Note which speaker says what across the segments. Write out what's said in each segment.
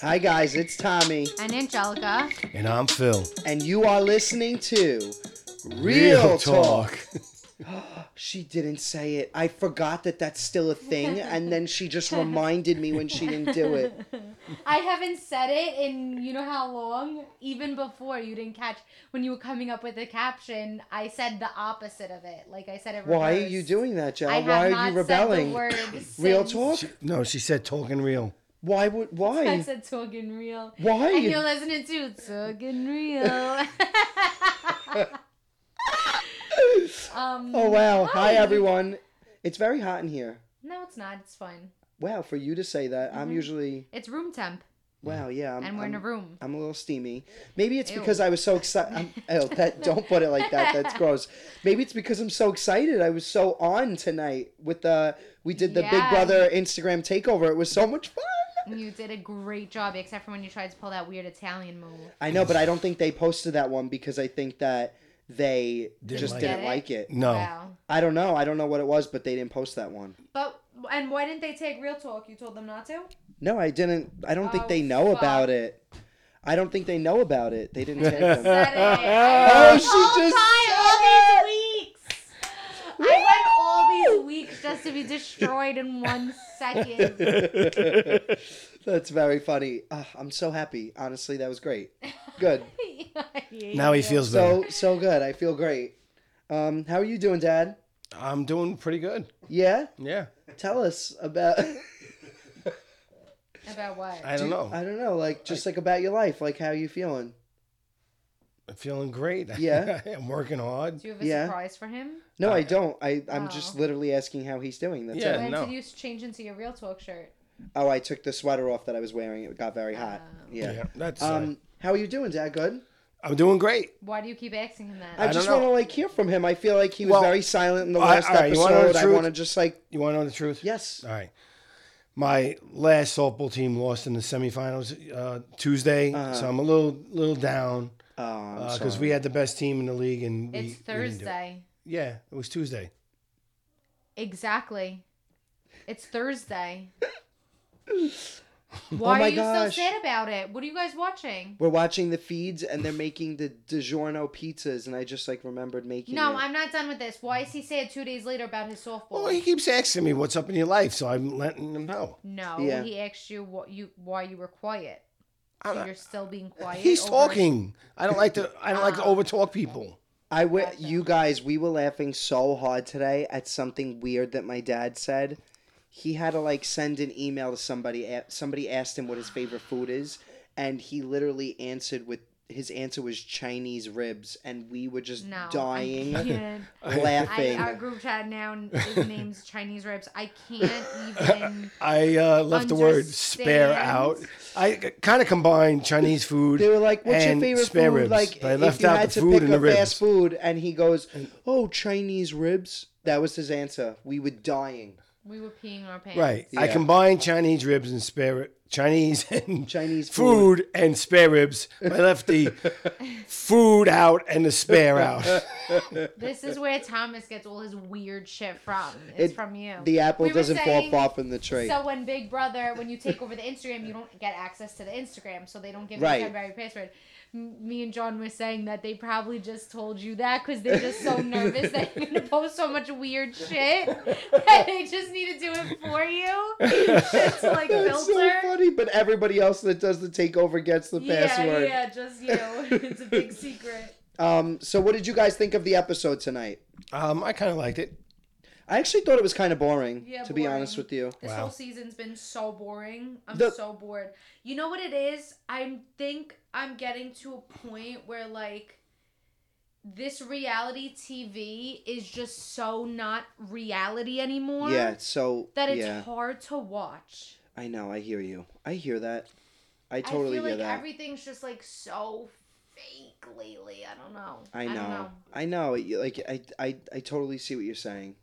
Speaker 1: Hi, guys, it's Tommy,
Speaker 2: And Angelica.
Speaker 3: And I'm Phil.
Speaker 1: and you are listening to She didn't say it. I forgot that that's still a thing, and then she just reminded me when she didn't do it.
Speaker 2: I haven't said it in you know how long? Even before you didn't catch when you were coming up with the caption, I said the opposite of it. Like I said it.
Speaker 1: Why are
Speaker 2: reversed.
Speaker 1: you doing that, Joe?
Speaker 2: I have
Speaker 1: Why
Speaker 2: not
Speaker 1: are you rebelling?
Speaker 2: Said the word
Speaker 1: Real
Speaker 2: since
Speaker 1: talk?
Speaker 3: No, she said talking real.
Speaker 1: Why would
Speaker 2: I
Speaker 1: why?
Speaker 2: said talking real.
Speaker 1: Why?
Speaker 2: And you're listening to talking real. um,
Speaker 1: Oh wow. Hi everyone. It's very hot in here.
Speaker 2: No, it's not. It's fine.
Speaker 1: Wow, for you to say that. I'm usually
Speaker 2: It's room temp,
Speaker 1: wow, yeah. I'm,
Speaker 2: Mm-hmm. and we're in a
Speaker 1: I'm-
Speaker 2: room.
Speaker 1: I'm a little steamy. Maybe it's
Speaker 2: Ew.
Speaker 1: because I was so excited. Oh, that don't put it like that. That's gross. Maybe it's because I'm so excited. I was so on tonight with the we did the Big
Speaker 2: Yeah.
Speaker 1: Brother Instagram takeover. It was so much fun.
Speaker 2: You did a great job, except for when you tried to pull that weird Italian move.
Speaker 1: I know, but I don't think they posted that one because I think that they
Speaker 3: Didn't
Speaker 1: just
Speaker 3: like
Speaker 1: didn't
Speaker 2: it.
Speaker 1: like it.
Speaker 3: No.
Speaker 2: Wow.
Speaker 1: I don't know. I don't know what it was, but they didn't post that one.
Speaker 2: But and why didn't they take real talk? You told them not to.
Speaker 1: No, I didn't. I don't think
Speaker 2: Oh,
Speaker 1: they know
Speaker 2: fuck.
Speaker 1: about it. I don't think they know about it. They didn't take them.
Speaker 2: Said it. I
Speaker 3: Oh,
Speaker 2: went
Speaker 3: she
Speaker 2: all
Speaker 3: just
Speaker 2: time, all these weeks. I went all these weeks just to be destroyed in one second.
Speaker 1: That's very funny. Ah, I'm so happy. Honestly, that was great. Good.
Speaker 2: I hate
Speaker 3: Now he
Speaker 2: you.
Speaker 3: feels better.
Speaker 1: So so good. I feel great. Um, how are you doing, Dad?
Speaker 3: I'm doing pretty good.
Speaker 1: Yeah.
Speaker 3: Yeah.
Speaker 1: Tell us about.
Speaker 2: about what?
Speaker 3: I don't know.
Speaker 1: I don't know. Like just like about your life. Like how you feeling?
Speaker 3: I'm feeling great.
Speaker 1: Yeah.
Speaker 3: I'm working hard.
Speaker 2: Do you have a
Speaker 1: Yeah.
Speaker 2: surprise for him?
Speaker 1: No,
Speaker 3: Uh,
Speaker 1: I don't. I I'm
Speaker 2: Oh.
Speaker 1: just literally asking how he's doing. That's
Speaker 3: Yeah.
Speaker 1: it.
Speaker 2: When
Speaker 3: Uh, no.
Speaker 2: did you change into your real talk shirt?
Speaker 1: Oh, I took the sweater off that I was wearing. It got very hot.
Speaker 2: Oh.
Speaker 1: Yeah.
Speaker 3: That's um,
Speaker 1: Um, how are you doing, Dad? Good.
Speaker 3: I'm doing great.
Speaker 2: Why do you keep asking him that?
Speaker 1: I,
Speaker 3: don't
Speaker 1: just
Speaker 3: know.
Speaker 1: want to like hear from him. I feel like he was
Speaker 3: Well,
Speaker 1: very silent in the
Speaker 3: I-
Speaker 1: last
Speaker 3: alright, you wanna know the
Speaker 1: episode. I
Speaker 3: truth? Uh,
Speaker 1: want to just like
Speaker 3: You want to know the truth?
Speaker 1: yes.
Speaker 3: All right. My last softball team lost in the semifinals uh, Tuesday, so I'm a little little down
Speaker 1: Oh, Uh-huh. I'm
Speaker 3: because
Speaker 1: sorry.
Speaker 3: we had the best team in the league and we,
Speaker 2: it's
Speaker 3: we didn't do it.
Speaker 2: Thursday.
Speaker 3: Yeah, it was Tuesday.
Speaker 2: Exactly. It's Thursday. Why
Speaker 3: Oh
Speaker 1: my
Speaker 2: are you
Speaker 1: gosh.
Speaker 2: so sad about it? What are you guys watching?
Speaker 1: We're watching the feeds and they're making the DiGiorno pizzas, and I just like remembered making.
Speaker 2: No,
Speaker 1: it.
Speaker 2: I'm not done with this. Why is he sad two days later about his softball?
Speaker 3: Well, he keeps asking me what's up in your life, so I'm letting him know.
Speaker 2: no,
Speaker 1: Yeah. Uh,
Speaker 2: he asked you what you why you were quiet.
Speaker 3: I'm
Speaker 2: So
Speaker 3: not-
Speaker 2: you're still being quiet.
Speaker 3: He's
Speaker 2: over-
Speaker 3: talking. I don't like to. I don't like to
Speaker 1: Ah.
Speaker 3: overtalk people.
Speaker 1: I wi- you guys, we were laughing so hard today at something weird that my dad said. He had to like send an email to somebody. a- Somebody asked him what his favorite food is, and he literally answered with his answer was Chinese ribs, and we were just
Speaker 2: No,
Speaker 1: dying
Speaker 2: I can't. I,
Speaker 1: laughing.
Speaker 2: our group chat now his name's Chinese ribs. I can't even.
Speaker 3: I uh, left the word "spare" out.
Speaker 2: Understand.
Speaker 3: I kind of combined Chinese food.
Speaker 1: They were like, "What's your
Speaker 3: and
Speaker 1: favorite
Speaker 3: spare
Speaker 1: food?"
Speaker 3: Ribs,
Speaker 1: like,
Speaker 3: but I
Speaker 1: if
Speaker 3: left
Speaker 1: you
Speaker 3: out
Speaker 1: had
Speaker 3: the
Speaker 1: to
Speaker 3: food
Speaker 1: pick
Speaker 3: and the
Speaker 1: a
Speaker 3: ribs.
Speaker 1: fast food, and he goes, "Oh, Chinese ribs." That was his answer. We were dying.
Speaker 2: We were peeing our pants.
Speaker 3: Right. I
Speaker 1: Yeah.
Speaker 3: combined Chinese ribs and spare ri- Chinese and
Speaker 1: Chinese
Speaker 3: food, and spare ribs. I left the food out and the spare out.
Speaker 2: This is where Thomas gets all his weird shit from. It's
Speaker 1: It-
Speaker 2: from you.
Speaker 1: The apple
Speaker 2: We were
Speaker 1: doesn't
Speaker 2: saying-
Speaker 1: fall far from the tree.
Speaker 2: So when Big Brother, when you take over the Instagram, you don't get access to the Instagram, so they don't give
Speaker 1: Right.
Speaker 2: you temporary password. M- Me and John were saying that they probably just told you that because they're just so nervous that you're gonna post so much weird shit that they just need to do it for you to like
Speaker 1: That's so
Speaker 2: filter.
Speaker 1: funny, but everybody else that does the takeover gets the
Speaker 2: yeah,
Speaker 1: password.
Speaker 2: yeah, just you. it's a big secret.
Speaker 1: Um, so what did you guys think of the episode tonight?
Speaker 3: Um, I kind of liked it.
Speaker 1: I actually thought it was kind of boring,
Speaker 2: Yeah,
Speaker 1: to be
Speaker 2: boring.
Speaker 1: honest with you.
Speaker 2: This
Speaker 3: Wow.
Speaker 2: whole season's been so boring. I'm
Speaker 1: The-
Speaker 2: so bored. You know what it is? I think I'm getting to a point where like this reality TV is just so not reality anymore.
Speaker 1: Yeah, so
Speaker 2: That it's
Speaker 1: yeah,
Speaker 2: hard to watch.
Speaker 1: I know. I hear you. I hear that. I totally
Speaker 2: I feel
Speaker 1: hear
Speaker 2: like
Speaker 1: that.
Speaker 2: everything's just like so fake lately. I don't know.
Speaker 1: I
Speaker 2: don't
Speaker 1: know. I know. You- Like I, I, I totally see what you're saying.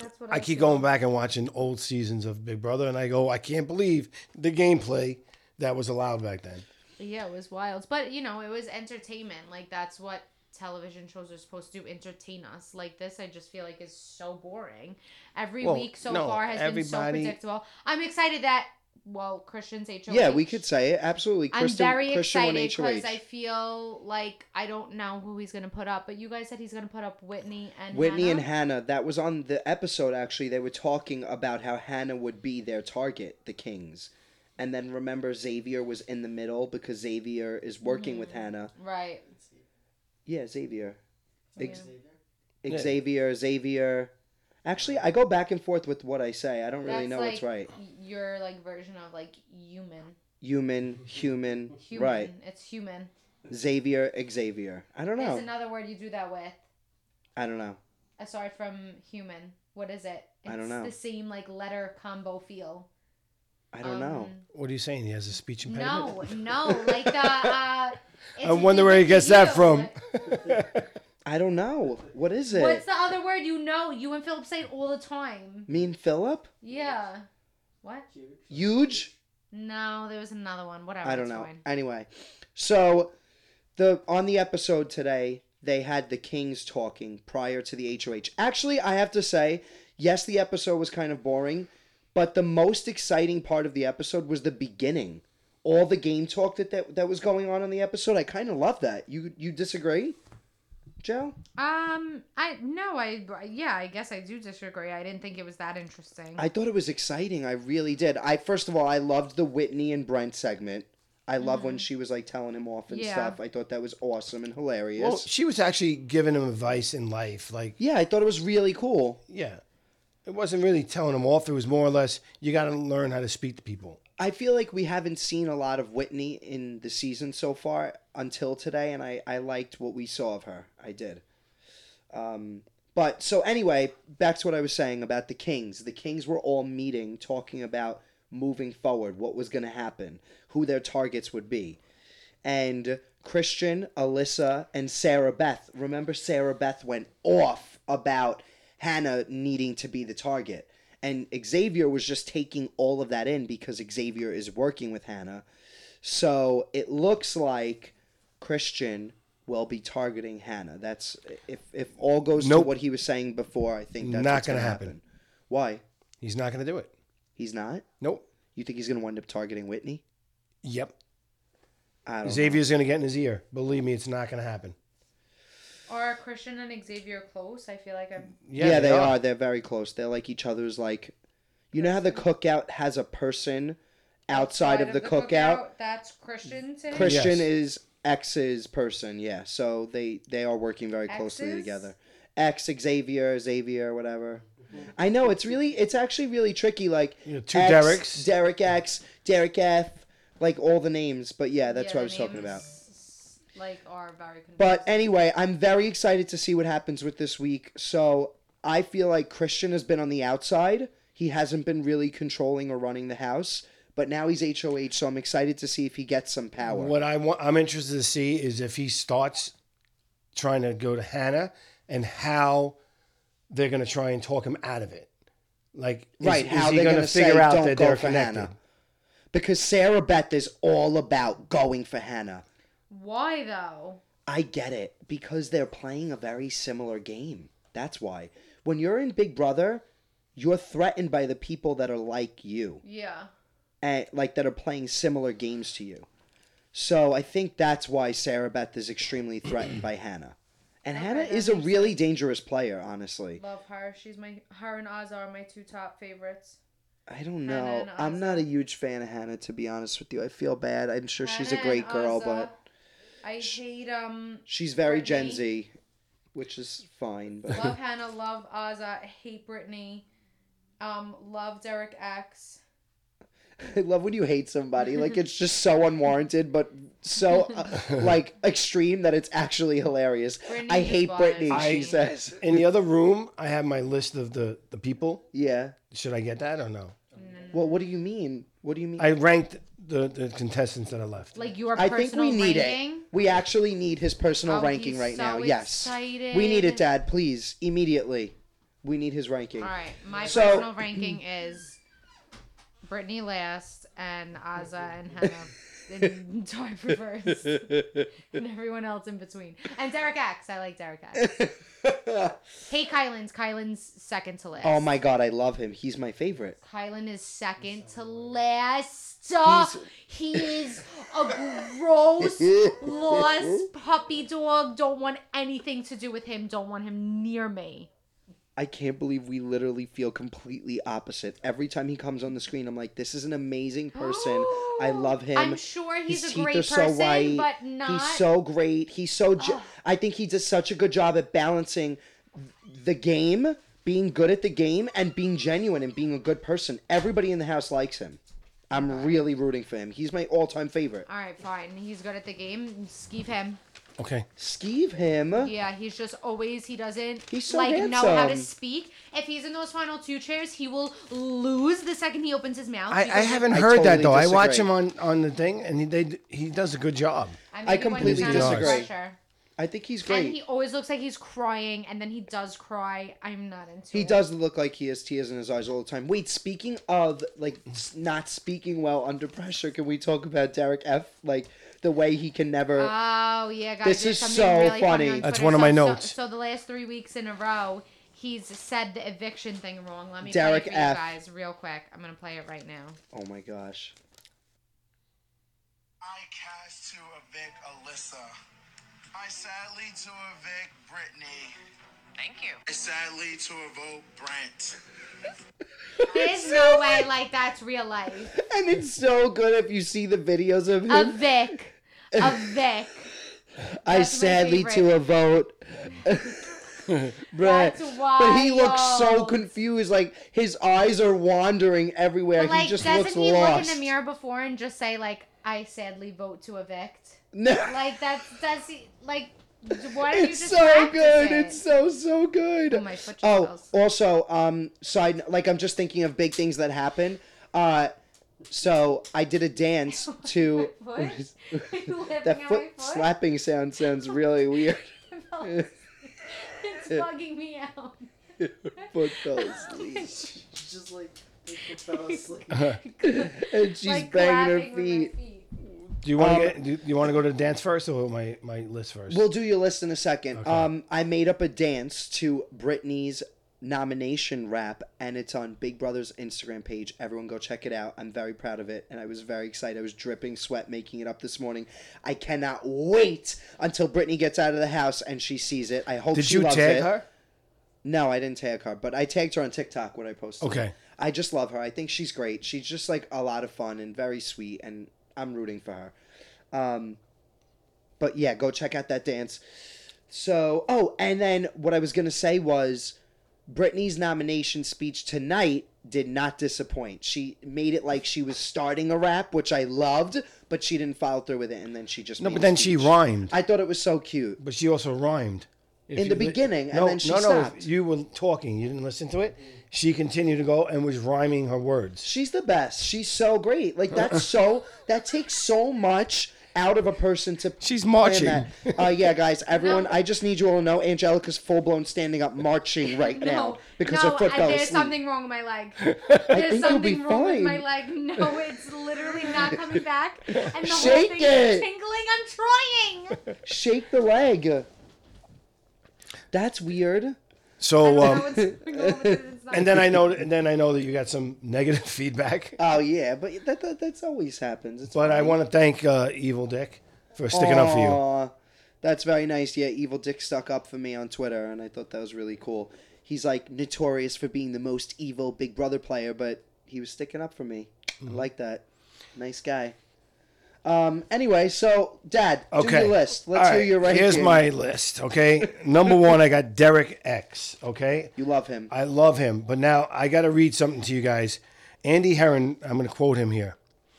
Speaker 2: That's what I,
Speaker 3: I keep
Speaker 2: feel.
Speaker 3: going back and watching old seasons of Big Brother, and I go, I can't believe the gameplay that was allowed back then.
Speaker 2: Yeah, it was wild. But you know, it was entertainment. Like that's what television shows are supposed to entertain us like this i just feel like is so boring every
Speaker 3: Well,
Speaker 2: week so
Speaker 3: no,
Speaker 2: far has been so
Speaker 3: everybody-
Speaker 2: predictable i'm excited that well christian's HOH
Speaker 1: Yeah, we could say it absolutely.
Speaker 2: I'm
Speaker 1: Kristen,
Speaker 2: very
Speaker 1: Christian won
Speaker 2: excited because
Speaker 1: HOH.
Speaker 2: I feel like I don't know who he's gonna put up, but you guys said he's gonna put up Whitney and
Speaker 1: Whitney
Speaker 2: Hannah.
Speaker 1: and Hannah. That was on the episode. Actually, they were talking about how Hannah would be their target, the Kings, and then remember Xavier was in the middle because Xavier is working
Speaker 2: Mm-hmm.
Speaker 1: with Hannah.
Speaker 2: right.
Speaker 1: Yeah, Xavier,
Speaker 2: Oh,
Speaker 1: Ex-
Speaker 3: Yeah.
Speaker 1: Xavier, Xavier. Actually, I go back and forth with what I say. I don't really
Speaker 2: That's
Speaker 1: know
Speaker 2: like
Speaker 1: what's right.
Speaker 2: Your like version of like human,
Speaker 1: Human, human,
Speaker 2: human.
Speaker 1: right?
Speaker 2: It's human.
Speaker 1: Xavier, Xavier. I don't know.
Speaker 2: There's another word you do that with
Speaker 1: I don't know.
Speaker 2: aside from human. What is it? It's
Speaker 1: I don't know.
Speaker 2: The same like letter combo feel.
Speaker 1: I don't know.
Speaker 2: Um,
Speaker 3: What are you saying? He has a speech impediment.
Speaker 2: No, no, like the. Uh, it's
Speaker 3: I wonder where he
Speaker 2: like
Speaker 3: gets that
Speaker 2: you. uh,
Speaker 3: from.
Speaker 1: I don't know. What is it?
Speaker 2: What's the other word you know? You and Philip say it all the time.
Speaker 1: Me and Philip?
Speaker 2: Yeah. What?
Speaker 1: Huge?
Speaker 2: No, there was another one. Whatever.
Speaker 1: I don't
Speaker 2: it's
Speaker 1: know.
Speaker 2: Oh, fine.
Speaker 1: Anyway, so the on the episode today they had the Kings talking prior to the HOH. Actually, I have to say, yes, the episode was kind of boring, but the most exciting part of the episode was the beginning. All the game talk that that, that was going on in the episode, I kind of love that. You you disagree, Joe?
Speaker 2: Um, I no, I yeah, I guess I do disagree. I didn't think it was that interesting.
Speaker 1: I thought it was exciting. I really did. I first of all, I loved the Whitney and Brent segment. I love when she was like telling him off and
Speaker 2: Mm-hmm. Yeah.
Speaker 1: stuff. I thought that was awesome and hilarious.
Speaker 3: Well, she was actually giving him advice in life. Like,
Speaker 1: yeah, I thought it was really cool.
Speaker 3: yeah, it wasn't really telling him off. It was more or less, you got to learn how to speak to people.
Speaker 1: I feel like we haven't seen a lot of Whitney in the season so far until today, and I, I liked what we saw of her. I did. Um, but so anyway, back to what I was saying about the Kings. The Kings were all meeting, talking about moving forward, what was going to happen, who their targets would be. And Christian, Alyssa, and Sarah Beth. Remember, Sarah Beth went off about Hannah needing to be the target. And Xavier was just taking all of that in because Xavier is working with Hannah. So it looks like Christian will be targeting Hannah. That's if if all goes
Speaker 3: Nope.
Speaker 1: to what he was saying before, I think that's
Speaker 3: Not
Speaker 1: what's
Speaker 3: gonna
Speaker 1: gonna
Speaker 3: happen.
Speaker 1: happen. Why?
Speaker 3: He's not going to do it.
Speaker 1: He's not?
Speaker 3: Nope.
Speaker 1: You think he's gonna wind up targeting Whitney?
Speaker 3: Yep.
Speaker 1: I don't know.
Speaker 3: Xavier's going to get in his ear. Believe me, it's not going to happen.
Speaker 2: Are Christian and Xavier close? I feel like I'm.
Speaker 1: Yeah, they, are. They're very close. They're like each other's like you know how the cookout has a person outside, of the, cookout?
Speaker 2: that's Christian. To him?
Speaker 1: Christian
Speaker 3: Yes.
Speaker 1: is X's person, yeah. So they they are working very closely
Speaker 2: X's?
Speaker 1: together. X Xavier, Xavier, whatever.
Speaker 2: Mm-hmm.
Speaker 1: I know it's really it's actually really tricky. Like
Speaker 3: You know, two
Speaker 1: X,
Speaker 3: Derek's.
Speaker 1: Derek X, Derek F, like all the names. But yeah, that's
Speaker 2: Yeah,
Speaker 1: what I
Speaker 2: the
Speaker 1: was talking
Speaker 2: names,
Speaker 1: about.
Speaker 2: Like are very. Confused.
Speaker 1: But anyway, I'm very excited to see what happens with this week. So I feel like Christian has been on the outside. He hasn't been really controlling or running the house, but now he's HOH, so I'm excited to see if he gets some power.
Speaker 3: What I want, I'm interested to see is if he starts trying to go to Hannah and how they're going to try and talk him out of it. Like, is,
Speaker 1: Right,
Speaker 3: is
Speaker 1: how
Speaker 3: he
Speaker 1: they're
Speaker 3: going to
Speaker 1: gonna
Speaker 3: figure
Speaker 1: say,
Speaker 3: out
Speaker 1: "Don't
Speaker 3: that
Speaker 1: go
Speaker 3: they're
Speaker 1: for
Speaker 3: connected?
Speaker 1: Hannah." Because Sarah Beth is all about going for Hannah.
Speaker 2: why though?
Speaker 1: I get it because they're playing a very similar game. That's why. When you're in Big Brother, you're threatened by the people that are like you.
Speaker 2: Yeah.
Speaker 1: and like that are playing similar games to you. So I think that's why Sarah Beth is extremely threatened by Hannah. And
Speaker 2: Okay,
Speaker 1: Hannah
Speaker 2: that
Speaker 1: is a
Speaker 2: makes
Speaker 1: really dangerous player, honestly.
Speaker 2: Love her. She's my her and Oz are my two top favorites.
Speaker 1: I don't
Speaker 2: Hannah
Speaker 1: know.
Speaker 2: and
Speaker 1: I'm not a
Speaker 2: Ozza.
Speaker 1: huge fan of Hannah to be honest with you. I feel bad. I'm sure she's a
Speaker 2: Hannah
Speaker 1: great
Speaker 2: and
Speaker 1: girl,
Speaker 2: Ozza.
Speaker 1: but
Speaker 2: I hate um
Speaker 1: she's very Gen
Speaker 2: Brittany.
Speaker 1: Z, which is fine, but
Speaker 2: Love Hannah, love Ozza, hate Brittany, um, love Derek X.
Speaker 1: I love when you hate somebody. Like it's just so unwarranted but so uh, like extreme that it's actually hilarious.
Speaker 2: Brittany
Speaker 1: I
Speaker 2: is
Speaker 1: hate
Speaker 2: bothering
Speaker 1: Brittany,
Speaker 2: me.
Speaker 1: she says.
Speaker 3: In the other room, I have my list of the, the people.
Speaker 1: Yeah.
Speaker 3: Should I get that or no?
Speaker 1: Well, what do you mean? What do you mean?
Speaker 3: I ranked the, the contestants that are left.
Speaker 2: Like your
Speaker 1: I
Speaker 2: personal
Speaker 1: think we need
Speaker 2: rating.
Speaker 1: it. We actually need his personal
Speaker 2: Oh,
Speaker 1: ranking
Speaker 2: he's
Speaker 1: right
Speaker 2: so
Speaker 1: now. Yes.
Speaker 2: excited.
Speaker 1: We need it, Dad, please. Immediately. We need his ranking.
Speaker 2: All right, my
Speaker 1: So-
Speaker 2: personal ranking is Brittany last and Ozza and Hannah and Type Reverse and everyone else in between. And Derek Axe. I like Derek Axe. Hey, Kylan's. Kylan's second to last.
Speaker 1: oh my god, I love him. He's my favorite.
Speaker 2: Kylan is second to last. Oh, he is a gross, lost puppy dog. Don't want anything to do with him. Don't want him near me.
Speaker 1: I can't believe we literally feel completely opposite. Every time he comes on the screen, I'm like, this is an amazing person. I love him.
Speaker 2: Oh, I'm sure he's
Speaker 1: His
Speaker 2: a great
Speaker 1: teeth are
Speaker 2: person, but not.
Speaker 1: He's so great. He's so. Ju- I think he does such a good job at balancing the game, being good at the game, and being genuine and being a good person. Everybody in the house likes him. I'm really rooting for him. He's my all-time favorite.
Speaker 2: All right, fine. He's good at the game. Skeeve him.
Speaker 3: Okay.
Speaker 1: Skeeve him.
Speaker 2: Yeah, he's just always he doesn't
Speaker 1: He's so
Speaker 2: like know how to
Speaker 1: handsome.
Speaker 2: speak. If he's in those final two chairs, he will lose the second he opens his mouth.
Speaker 3: I, I
Speaker 2: because-
Speaker 3: haven't
Speaker 1: I
Speaker 3: heard that
Speaker 1: totally
Speaker 3: though. I watch
Speaker 1: disagree.
Speaker 3: him on, on the thing, and he they, he does a good job.
Speaker 2: mean,
Speaker 1: I
Speaker 2: even when
Speaker 1: completely
Speaker 2: he's not under
Speaker 3: disagree.
Speaker 2: pressure.
Speaker 1: I think he's
Speaker 2: And
Speaker 1: great.
Speaker 2: he
Speaker 1: He,
Speaker 2: always looks like he's crying, and then he does cry. I'm not into it.
Speaker 1: does look like he has tears in his eyes all the time. Wait, speaking of like s- not speaking well under pressure, can we talk about Derek F? Like the way he can never.
Speaker 2: Oh yeah, guys.
Speaker 1: This
Speaker 2: there's
Speaker 1: is
Speaker 2: something
Speaker 1: so
Speaker 2: really
Speaker 1: funny.
Speaker 2: on
Speaker 3: That's
Speaker 2: Twitter.
Speaker 3: one of my
Speaker 2: So- so-
Speaker 3: notes.
Speaker 2: So, the last three weeks in a row, he's said the eviction thing wrong. Let me
Speaker 1: Derek
Speaker 2: play it for
Speaker 1: F.
Speaker 2: you guys real quick. I'm gonna play it right now.
Speaker 1: oh my gosh.
Speaker 4: I cast to evict Alyssa. I sadly to evict Brittany.
Speaker 5: Thank you.
Speaker 4: I sadly to evoke Brent.
Speaker 2: There's no way like that's real life.
Speaker 1: And it's so good if you see the videos of him.
Speaker 2: A Vic, a Vic.
Speaker 1: I
Speaker 2: That's my
Speaker 1: sadly to
Speaker 2: favorite.
Speaker 1: a vote. Brett.
Speaker 2: That's wild.
Speaker 1: But he looks so confused. Like his eyes are wandering everywhere.
Speaker 2: But, like,
Speaker 1: he just
Speaker 2: doesn't
Speaker 1: looks
Speaker 2: he
Speaker 1: lost.
Speaker 2: look in the mirror before and just say like, "I sadly vote to evict"?
Speaker 1: No.
Speaker 2: Like that's does he like? Why don't you
Speaker 1: It's
Speaker 2: just
Speaker 1: so
Speaker 2: practice
Speaker 1: good.
Speaker 2: It?
Speaker 1: It's so so good.
Speaker 2: Oh, my foot just
Speaker 1: Oh,
Speaker 2: feels-
Speaker 1: also, um, side n- like I'm just thinking of big things that happen. Uh, so I did a dance to
Speaker 2: What? You living
Speaker 1: that
Speaker 2: on
Speaker 1: foot
Speaker 2: my foot?
Speaker 1: slapping sound sounds really weird.
Speaker 2: it's bugging me out.
Speaker 1: foot fell asleep.
Speaker 6: just like people fell asleep.
Speaker 1: and she's banging
Speaker 2: like clapping
Speaker 1: her
Speaker 2: with her
Speaker 1: feet.
Speaker 2: feet.
Speaker 3: Do you want
Speaker 1: Um,
Speaker 3: to get? Do you want to go to the dance first or my my list 1st
Speaker 1: We'll do your list in a second. Um, I made up a dance to Britney's nomination rap, and it's on Big Brother's Instagram page. Everyone go check it out. I'm very proud of it, and I was very excited. I was dripping sweat making it up this morning. I cannot wait until Britney gets out of the house and she sees it. I hope
Speaker 3: Did
Speaker 1: she
Speaker 3: you
Speaker 1: loves
Speaker 3: tag
Speaker 1: it.
Speaker 3: her?
Speaker 1: No, I didn't tag her, but I tagged her on TikTok when I posted. it.
Speaker 3: Okay.
Speaker 1: I just love her. I think she's great. She's just like a lot of fun and very sweet, and I'm rooting for her. Um, but yeah, go check out that dance. So, oh, and then what I was gonna say was, Britney's nomination speech tonight did not disappoint. She made it like she was starting a rap, which I loved, but she didn't follow through with it, and then she just
Speaker 3: No,
Speaker 1: made
Speaker 3: but
Speaker 1: a
Speaker 3: then she
Speaker 1: speech.
Speaker 3: rhymed.
Speaker 1: I thought it was so cute.
Speaker 3: But she also rhymed. If
Speaker 1: In the
Speaker 3: li-
Speaker 1: beginning, and then she
Speaker 3: no,
Speaker 1: stopped. Mm.
Speaker 3: No, you were talking. You didn't listen to it. She continued to go and was rhyming her words.
Speaker 1: She's the best. She's so great. Like that's so that takes so much out of a person to
Speaker 3: She's
Speaker 1: plan
Speaker 3: marching.
Speaker 1: that. Uh, yeah, guys, everyone, I just need you all to know Angelica's full blown standing up marching right now
Speaker 2: No,
Speaker 1: because
Speaker 2: no,
Speaker 1: her foot
Speaker 2: I-
Speaker 1: fell
Speaker 2: there's
Speaker 1: asleep.
Speaker 2: something wrong with my leg.
Speaker 1: I
Speaker 2: There's
Speaker 1: think you'll be
Speaker 2: something wrong with
Speaker 1: fine.
Speaker 2: my leg. No, it's literally not coming back. And the whole
Speaker 1: Shake
Speaker 2: thing
Speaker 1: it.
Speaker 2: is tingling. I'm trying.
Speaker 1: Shake the leg. That's weird.
Speaker 3: So,
Speaker 2: I don't know
Speaker 3: um,
Speaker 2: what's going on with it. It's not-
Speaker 3: and then I know, and then I know that you got some negative feedback.
Speaker 1: Oh yeah, but that, that that's always happens. It's
Speaker 3: But I want to thank uh, Evil Dick for sticking up for you.
Speaker 1: Aw, That's very nice. Yeah, Evil Dick stuck up for me on Twitter, and I thought that was really cool. He's like notorious for being the most evil Big Brother player, but he was sticking up for me.
Speaker 3: Mm-hmm.
Speaker 1: I like that. Nice guy. Um. Anyway, so Dad, do
Speaker 3: Okay.
Speaker 1: your list. Let's
Speaker 3: All
Speaker 1: hear
Speaker 3: right,
Speaker 1: your ranking.
Speaker 3: Here's my list. Okay, number one, I got Derek X. Okay,
Speaker 1: You love him.
Speaker 3: I love him, but now I got to read something to you guys. Andy Heron, I'm going to quote him here.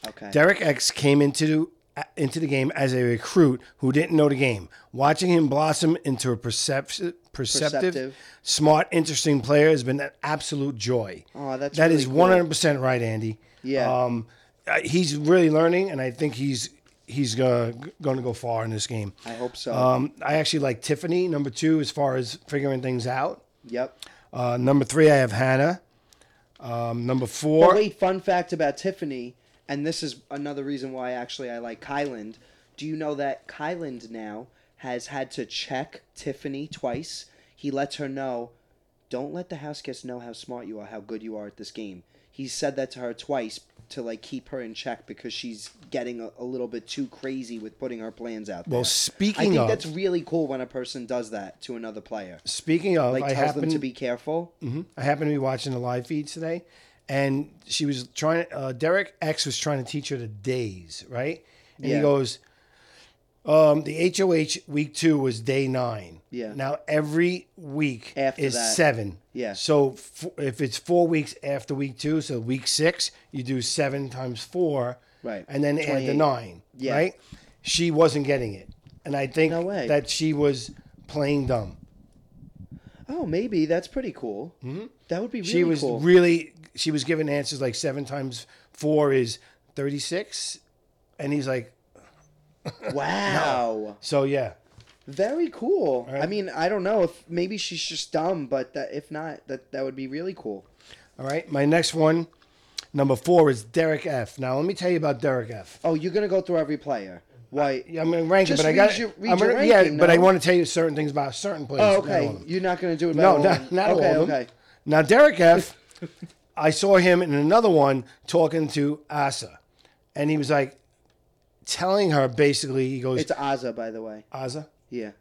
Speaker 1: Okay.
Speaker 3: Derek X came into into the game as a recruit who didn't know the game. Watching him blossom into a perceptive, perceptive,
Speaker 1: Perceptive.
Speaker 3: smart, interesting player has been an absolute joy.
Speaker 1: Aw, that's
Speaker 3: That
Speaker 1: really
Speaker 3: is
Speaker 1: cool.
Speaker 3: 100% right, Andy.
Speaker 1: Yeah.
Speaker 3: Um, uh, he's really learning, and I think he's he's gonna gonna go far in this game.
Speaker 1: I hope so.
Speaker 3: Um, I actually like Tiffany number two as far as figuring things out.
Speaker 1: yep.
Speaker 3: Uh, number three, I have Hannah. Um, number
Speaker 1: But
Speaker 3: four,
Speaker 1: wait, fun fact about Tiffany. and this is another reason why actually I like Kyland. Do you know that Kyland now has had to check Tiffany twice? He lets her know, don't let the house guests know how smart you are, how good you are at this game. He said that to her twice to like keep her in check because she's getting a, a little bit too crazy with putting her plans out there.
Speaker 3: Well,
Speaker 1: I
Speaker 3: speaking
Speaker 1: think
Speaker 3: of
Speaker 1: that's really cool when a person does that to another player.
Speaker 3: speaking of,
Speaker 1: Like
Speaker 3: I
Speaker 1: tells them
Speaker 3: happen
Speaker 1: to be careful.
Speaker 3: Mhm. I happened to be watching the live feeds today, and she was trying. Uh, Derek X was trying to teach her the days, right? And
Speaker 1: Yeah.
Speaker 3: he goes, um, "The HOH week two was day nine.
Speaker 1: Yeah.
Speaker 3: Now every week
Speaker 1: After
Speaker 3: is
Speaker 1: that.
Speaker 3: seven.
Speaker 1: Yeah.
Speaker 3: So f- if it's four weeks after week two, so week six, you do seven times four,
Speaker 1: Right.
Speaker 3: And then add the
Speaker 1: 28.
Speaker 3: nine,
Speaker 1: Yeah.
Speaker 3: right? She wasn't getting it, and I think
Speaker 1: No way.
Speaker 3: that she was playing dumb.
Speaker 1: Oh, maybe that's pretty cool. Mm-hmm. That would be really
Speaker 3: she was
Speaker 1: cool.
Speaker 3: really she was given answers like seven times four is 36 and he's like
Speaker 1: wow.
Speaker 3: so yeah
Speaker 1: Very cool.
Speaker 3: right.
Speaker 1: I mean, I don't know if maybe she's just dumb, but that, if not, that that would be really cool.
Speaker 3: all right my next one number four is derek f now let me tell you about derek f
Speaker 1: Oh, you're gonna go through every player. Why?
Speaker 3: Uh, yeah, i'm gonna rank it
Speaker 1: Just
Speaker 3: but i
Speaker 1: read
Speaker 3: got
Speaker 1: your- read
Speaker 3: i'm
Speaker 1: your
Speaker 3: gonna yeah
Speaker 1: ranking,
Speaker 3: but i
Speaker 1: no?
Speaker 3: want to tell you certain things about certain players
Speaker 1: Oh,
Speaker 3: not all
Speaker 1: okay.
Speaker 3: of them.
Speaker 1: You're not gonna do it.
Speaker 3: no
Speaker 1: about all of
Speaker 3: not,
Speaker 1: them.
Speaker 3: not
Speaker 1: okay,
Speaker 3: all of them
Speaker 1: Okay.
Speaker 3: now derek f i saw him in another one talking to asa and he was like telling her basically he goes
Speaker 1: It's Aza, by the way.
Speaker 3: asa
Speaker 1: Yeah.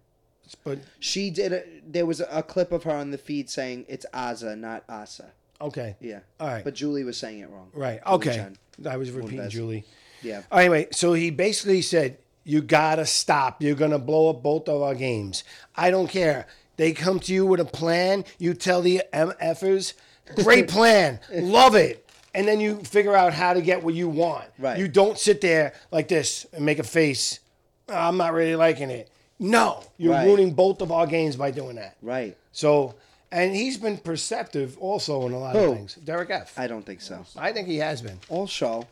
Speaker 3: but
Speaker 1: She did. A, there was a clip of her on the feed saying it's Aza, not Asa.
Speaker 3: okay
Speaker 1: Yeah.
Speaker 3: all right
Speaker 1: But Julie was saying it wrong.
Speaker 3: Right.
Speaker 1: Julie
Speaker 3: Okay.
Speaker 1: Chen.
Speaker 3: I was repeating
Speaker 1: best.
Speaker 3: Julie.
Speaker 1: Yeah.
Speaker 3: Anyway, so he basically said, "You gotta stop. You're gonna blow up both of our games. I don't care. They come to you with a plan. You tell the mfers, great plan, love it." And then you figure out how to get what you want.
Speaker 1: Right.
Speaker 3: You don't sit there like this and make a face. I'm not really liking it. No, you're
Speaker 1: Right.
Speaker 3: ruining both of our games by doing that.
Speaker 1: Right.
Speaker 3: So, and he's been perceptive also in a lot
Speaker 1: Who?
Speaker 3: of things. Derek F. I
Speaker 1: I don't think so.
Speaker 3: think he has been.
Speaker 1: Also,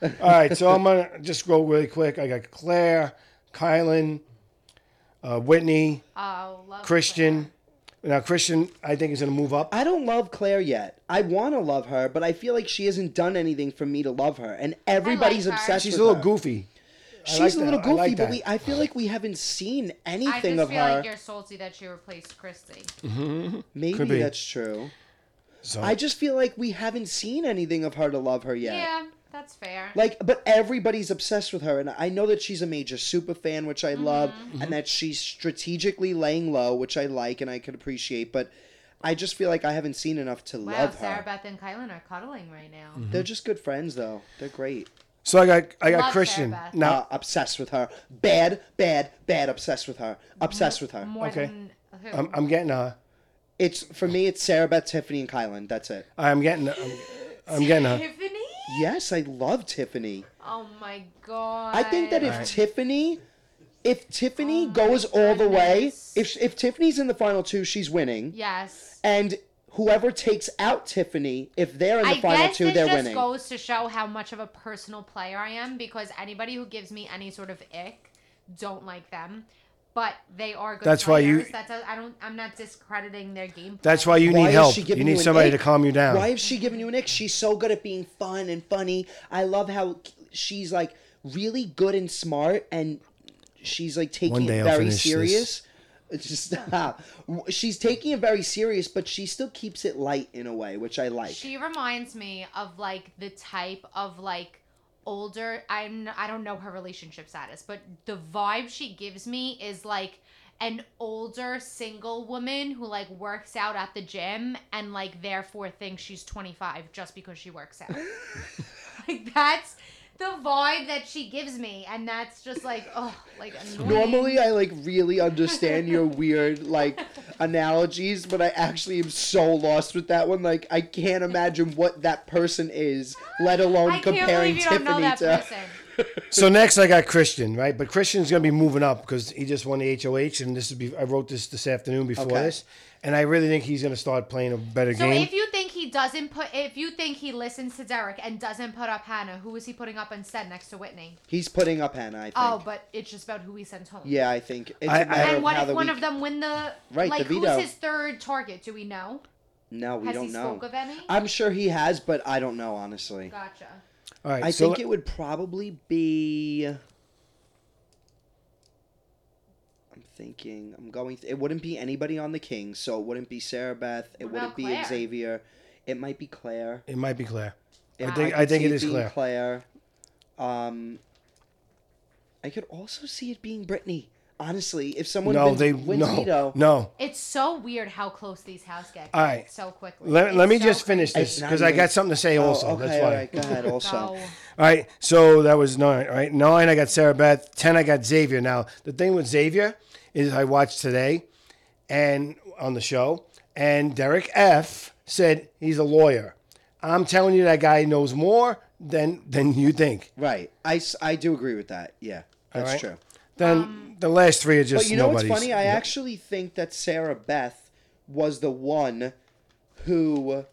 Speaker 3: All right, so I'm gonna just go really quick. I got Claire, Kylan, uh, Whitney,
Speaker 2: Oh, love
Speaker 3: Christian. Now Christian, I think is gonna move up.
Speaker 1: I don't love Claire yet. I want to love her, but I feel like she hasn't done anything for me to love her, and everybody's
Speaker 2: her.
Speaker 1: obsessed.
Speaker 3: She's
Speaker 1: with
Speaker 3: a little
Speaker 1: her.
Speaker 3: goofy.
Speaker 1: She's
Speaker 3: like
Speaker 1: a little
Speaker 3: that. I
Speaker 1: goofy,
Speaker 3: like
Speaker 1: but
Speaker 3: that.
Speaker 1: we I feel like we haven't seen
Speaker 2: Claire. I
Speaker 1: anything
Speaker 2: just
Speaker 1: of
Speaker 2: feel
Speaker 1: her.
Speaker 2: like you're salty that she replaced Christy.
Speaker 1: Maybe
Speaker 3: Could be.
Speaker 1: that's true.
Speaker 3: So
Speaker 1: I just feel like we haven't seen anything of her to love her yet.
Speaker 2: Yeah, that's fair.
Speaker 1: Like, but everybody's obsessed with her, and I know that she's a major super fan, which I love,
Speaker 2: Mm-hmm.
Speaker 1: and that she's strategically laying low, which I like and I could appreciate. But I just feel like I haven't seen enough to
Speaker 2: wow,
Speaker 1: love her. Mm.
Speaker 2: Sarah Beth and Kylan are cuddling right now.
Speaker 1: They're just good friends, though. They're great.
Speaker 3: so I got I got
Speaker 2: Love
Speaker 3: Christian.
Speaker 2: Sarah Beth.
Speaker 3: Now
Speaker 1: uh, obsessed with her. Bad, bad, bad. Obsessed with her. Obsessed with her.
Speaker 2: More
Speaker 3: Okay.
Speaker 2: than who?
Speaker 3: I'm, I'm getting a
Speaker 1: It's for me. It's Sarah Beth, Tiffany, and Kylan. That's it.
Speaker 3: I'm getting a, I'm, I'm getting a
Speaker 2: Tiffany?
Speaker 1: Yes, I love Tiffany.
Speaker 2: Oh my god.
Speaker 1: I think that if
Speaker 3: Alright.
Speaker 1: Tiffany, if Tiffany
Speaker 2: Oh my
Speaker 1: goes all the way,
Speaker 2: goodness.
Speaker 1: if if Tiffany's in the final two, she's winning.
Speaker 2: Yes.
Speaker 1: And whoever takes out Tiffany, if they're in the
Speaker 2: I
Speaker 1: final
Speaker 2: guess
Speaker 1: two,
Speaker 2: it
Speaker 1: they're
Speaker 2: just
Speaker 1: winning.
Speaker 2: goes to show how much of a personal player I am because anybody who gives me any sort of ick, don't like them. But they are good.
Speaker 3: That's why you-
Speaker 2: players. That's a, I don't. I'm not discrediting their game.
Speaker 3: that's why you
Speaker 1: Why
Speaker 3: need
Speaker 1: is
Speaker 3: help.
Speaker 1: she
Speaker 3: You
Speaker 1: giving
Speaker 3: need
Speaker 1: an
Speaker 3: somebody
Speaker 1: ick?
Speaker 3: to calm you down.
Speaker 1: Why is she giving you an ick? She's so good at being fun and funny. I love how she's like really good and smart, and she's like taking
Speaker 3: One day
Speaker 1: it
Speaker 3: I'll
Speaker 1: very
Speaker 3: finish this.
Speaker 1: serious. It's Just stop. She's taking it very serious, but she still keeps it light in a way, which I like.
Speaker 2: She reminds me of like the type of like older I'm I don't know her relationship status, but the vibe she gives me is like an older single woman who like works out at the gym and like therefore thinks she's 25 just because she works out. like that's the vibe that she gives me and that's just like oh like annoying.
Speaker 1: Normally, I like really understand your weird like analogies, but I actually am so lost with that one. Like, I can't imagine what that person is, let alone
Speaker 2: I can't
Speaker 1: comparing
Speaker 2: believe you don't know
Speaker 1: Tiffany
Speaker 2: that
Speaker 1: to.
Speaker 2: person.
Speaker 3: So next, I got Christian, right? But Christian's gonna be moving up because he just won the HOH, and this is be, I wrote this this afternoon before
Speaker 1: Okay.
Speaker 3: this, and I really think he's gonna start playing a better
Speaker 2: So
Speaker 3: game.
Speaker 2: if you think he doesn't put, if you think he listens to Derek and doesn't put up Hannah, who is he putting up instead next to Whitney?
Speaker 1: He's putting up Hannah. I think.
Speaker 2: Oh, but it's just about who he sends home.
Speaker 1: Yeah, I think it's a
Speaker 3: I- I-
Speaker 1: matter
Speaker 2: And
Speaker 1: of
Speaker 2: what
Speaker 1: how
Speaker 2: if
Speaker 1: the
Speaker 2: one
Speaker 1: week.
Speaker 2: of them win the
Speaker 1: Right,
Speaker 2: like
Speaker 1: the
Speaker 2: who's
Speaker 1: veto.
Speaker 2: his third target? Do we know?
Speaker 1: no, we
Speaker 2: Has
Speaker 1: don't
Speaker 2: he
Speaker 1: know.
Speaker 2: spoke of any?
Speaker 1: I'm sure he has, but I don't know honestly.
Speaker 2: Gotcha.
Speaker 3: All right.
Speaker 1: I
Speaker 3: so
Speaker 1: think it would probably be. I'm thinking. I'm going. it wouldn't be anybody on the Kings, so it wouldn't be Sarah Beth. It
Speaker 2: What
Speaker 1: wouldn't
Speaker 2: about
Speaker 1: be
Speaker 2: Claire?
Speaker 1: Xavier. It might be Claire.
Speaker 3: it might be Claire.
Speaker 1: It
Speaker 2: Wow.
Speaker 1: might-
Speaker 3: I think
Speaker 1: see
Speaker 3: it is
Speaker 1: being
Speaker 3: Claire.
Speaker 1: Claire. Um, I could also see it being Brittany. Honestly, if someone
Speaker 3: No,
Speaker 1: wins,
Speaker 3: they
Speaker 1: wins
Speaker 3: no
Speaker 1: veto,
Speaker 3: no.
Speaker 2: It's so weird how close these house get
Speaker 3: All right.
Speaker 2: so quickly.
Speaker 3: Let,
Speaker 2: It's
Speaker 3: let me
Speaker 2: so
Speaker 3: just finish
Speaker 2: crazy.
Speaker 1: It's
Speaker 3: this
Speaker 1: not
Speaker 3: because I
Speaker 1: even-
Speaker 3: got something to say
Speaker 1: Oh,
Speaker 3: also.
Speaker 1: okay,
Speaker 3: That's why.
Speaker 1: all right, go ahead. Also,
Speaker 2: So,
Speaker 3: All right, so that was nine. All right, nine. I got Sarah Beth. Ten. I got Xavier. Now the thing with Xavier is I watched today, and on the show, and Derek F said he's a lawyer. I'm telling you, that guy knows more than than you think.
Speaker 1: right. I, s- I do agree with that. Yeah, that's
Speaker 3: right.
Speaker 1: true.
Speaker 3: Then the last three are just
Speaker 1: But you know what's
Speaker 3: nobody's-
Speaker 1: funny? I
Speaker 3: yeah.
Speaker 1: actually think that Sarah Beth was the one who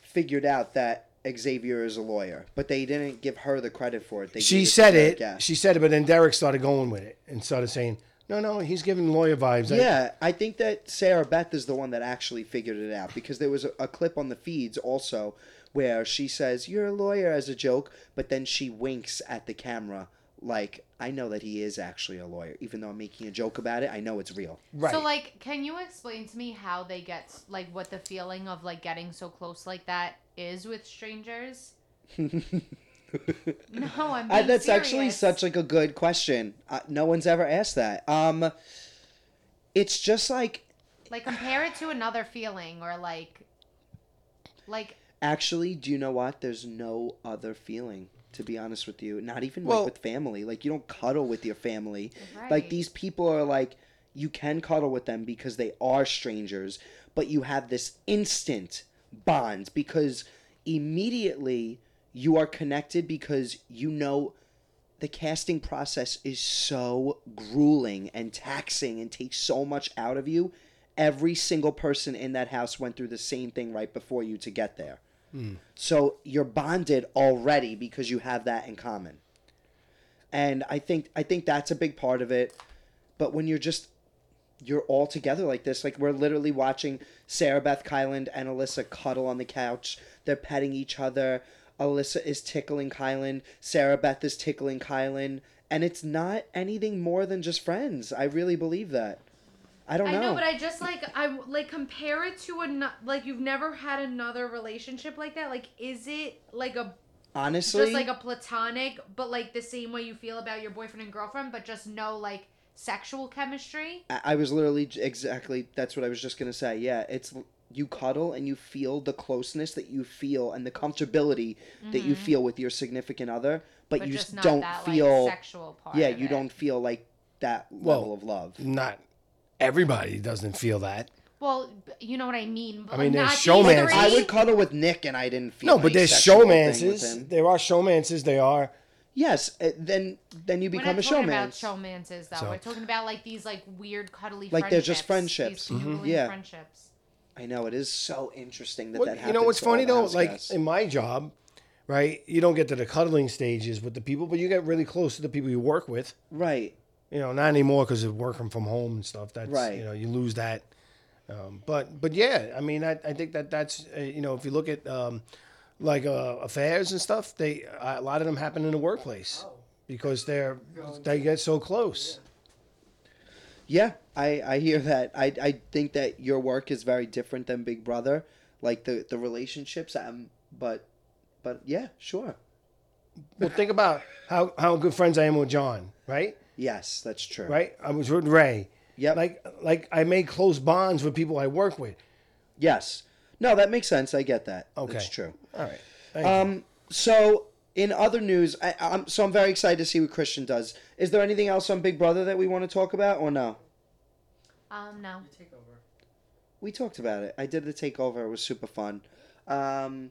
Speaker 1: figured out that Xavier is a lawyer, but they didn't give her the credit for it. They gave
Speaker 3: She
Speaker 1: to
Speaker 3: said
Speaker 1: Derek
Speaker 3: it.
Speaker 1: F.
Speaker 3: She said it, but then Derek started going with it and started saying, "No, no, he's giving lawyer vibes." I-
Speaker 1: Yeah, I think that Sarah Beth is the one that actually figured it out because there was a, a clip on the feeds also where she says, You're a lawyer as a joke, but then she winks at the camera like, I know that he is actually a lawyer. Even though I'm making a joke about it, I know it's real.
Speaker 3: right.
Speaker 2: so like, can you explain to me how they get like what the feeling of like getting so close like that is with strangers? no, I'm.
Speaker 1: I,
Speaker 2: being
Speaker 1: that's actually
Speaker 2: serious.
Speaker 1: such like a good question. Uh, no one's ever asked that. Um, it's just like
Speaker 2: like compare it to another feeling or like, like
Speaker 1: actually, do you know what? There's no other feeling. To be honest with you, not even
Speaker 3: Well-
Speaker 1: like with family. Like you don't cuddle with your family. Like
Speaker 2: Right.
Speaker 1: these people are like you can cuddle with them because they are strangers, but you have this instant bond because immediately you are connected because you know the casting process is so grueling and taxing and takes so much out of you. Every single person in that house went through the same thing right before you to get there. So you're bonded already because you have that in common. And I think I think that's a big part of it. But when you're just you're all together like this, like we're literally watching Sarah Beth Kyland and Alyssa cuddle on the couch. They're petting each other. Alyssa is tickling Kylan. Sarah Beth is tickling Kylan. And it's not anything more than just friends. I really believe that. I don't
Speaker 2: I
Speaker 1: know.
Speaker 2: know, but I just like I like compare it to another. Like you've never had another relationship like that. Like, is it like a
Speaker 1: Honestly,
Speaker 2: just like a platonic, but like the same way you feel about your boyfriend and girlfriend, but just no like sexual chemistry?
Speaker 1: I I was literally j- exactly that's what I was just gonna say. Yeah, it's l- you cuddle and you feel the closeness that you feel and the comfortability that you feel with your significant other, but,
Speaker 2: Mm-hmm. But
Speaker 1: you
Speaker 2: just
Speaker 1: s-
Speaker 2: not
Speaker 1: don't
Speaker 2: that
Speaker 1: feel
Speaker 2: like sexual part.
Speaker 1: yeah,
Speaker 2: of
Speaker 1: you
Speaker 2: it.
Speaker 1: don't feel like that
Speaker 3: Well,
Speaker 1: level of love.
Speaker 3: not everybody doesn't feel that.
Speaker 2: Well, b- you know what I mean. but
Speaker 3: mean, there's
Speaker 2: not these
Speaker 3: showmans.
Speaker 2: three.
Speaker 1: I would cuddle with Nick and I didn't feel
Speaker 3: No, but
Speaker 1: any
Speaker 3: there's
Speaker 1: sexual thing with
Speaker 3: showmances.
Speaker 1: him.
Speaker 3: There are showmances. They are.
Speaker 1: Yes, uh, then then you
Speaker 2: We're
Speaker 1: become
Speaker 2: not
Speaker 1: a
Speaker 2: talking
Speaker 1: showman.
Speaker 2: about showmances though.
Speaker 3: So-
Speaker 2: We're talking about like these like weird cuddly
Speaker 1: Like, they're just friendships.
Speaker 2: friendships. these
Speaker 1: Mhm.
Speaker 2: noodling
Speaker 1: Yeah.
Speaker 2: friendships.
Speaker 1: I know it is so interesting that
Speaker 3: Well,
Speaker 1: that
Speaker 3: you
Speaker 1: happens.
Speaker 3: know what's
Speaker 1: to all
Speaker 3: funny
Speaker 1: the
Speaker 3: though?
Speaker 1: house
Speaker 3: Like
Speaker 1: guests.
Speaker 3: in my job, right? You don't get to the cuddling stages with the people, but you get really close to the people you work with.
Speaker 1: right,
Speaker 3: You know, not anymore because of working from home and stuff. That's
Speaker 1: Right.
Speaker 3: You know, you lose that. Um, but but yeah, I mean, I, I think that that's uh, you know, if you look at um, like uh, affairs and stuff, they a lot of them happen in the
Speaker 1: Oh.
Speaker 3: workplace because they're they get so close.
Speaker 1: Yeah, I, I hear that. I, I think that your work is very different than Big Brother, like the the relationships. Um, but but yeah, sure.
Speaker 3: Well, think about how how good friends I am with John, right?
Speaker 1: Yes, that's true.
Speaker 3: Right? I was with Ray.
Speaker 1: Yep.
Speaker 3: Like like I made close bonds with people I work with.
Speaker 1: Yes. No, that makes sense. I get that.
Speaker 3: Okay.
Speaker 1: That's true.
Speaker 3: All right. Thank you.
Speaker 1: Um. So in other news, I, I'm so I'm very excited to see what Christian does. Is there anything else on Big Brother that we want to talk about or no?
Speaker 2: Um, no.
Speaker 6: Take over.
Speaker 1: We talked about it. I did the takeover. It was super fun. Um.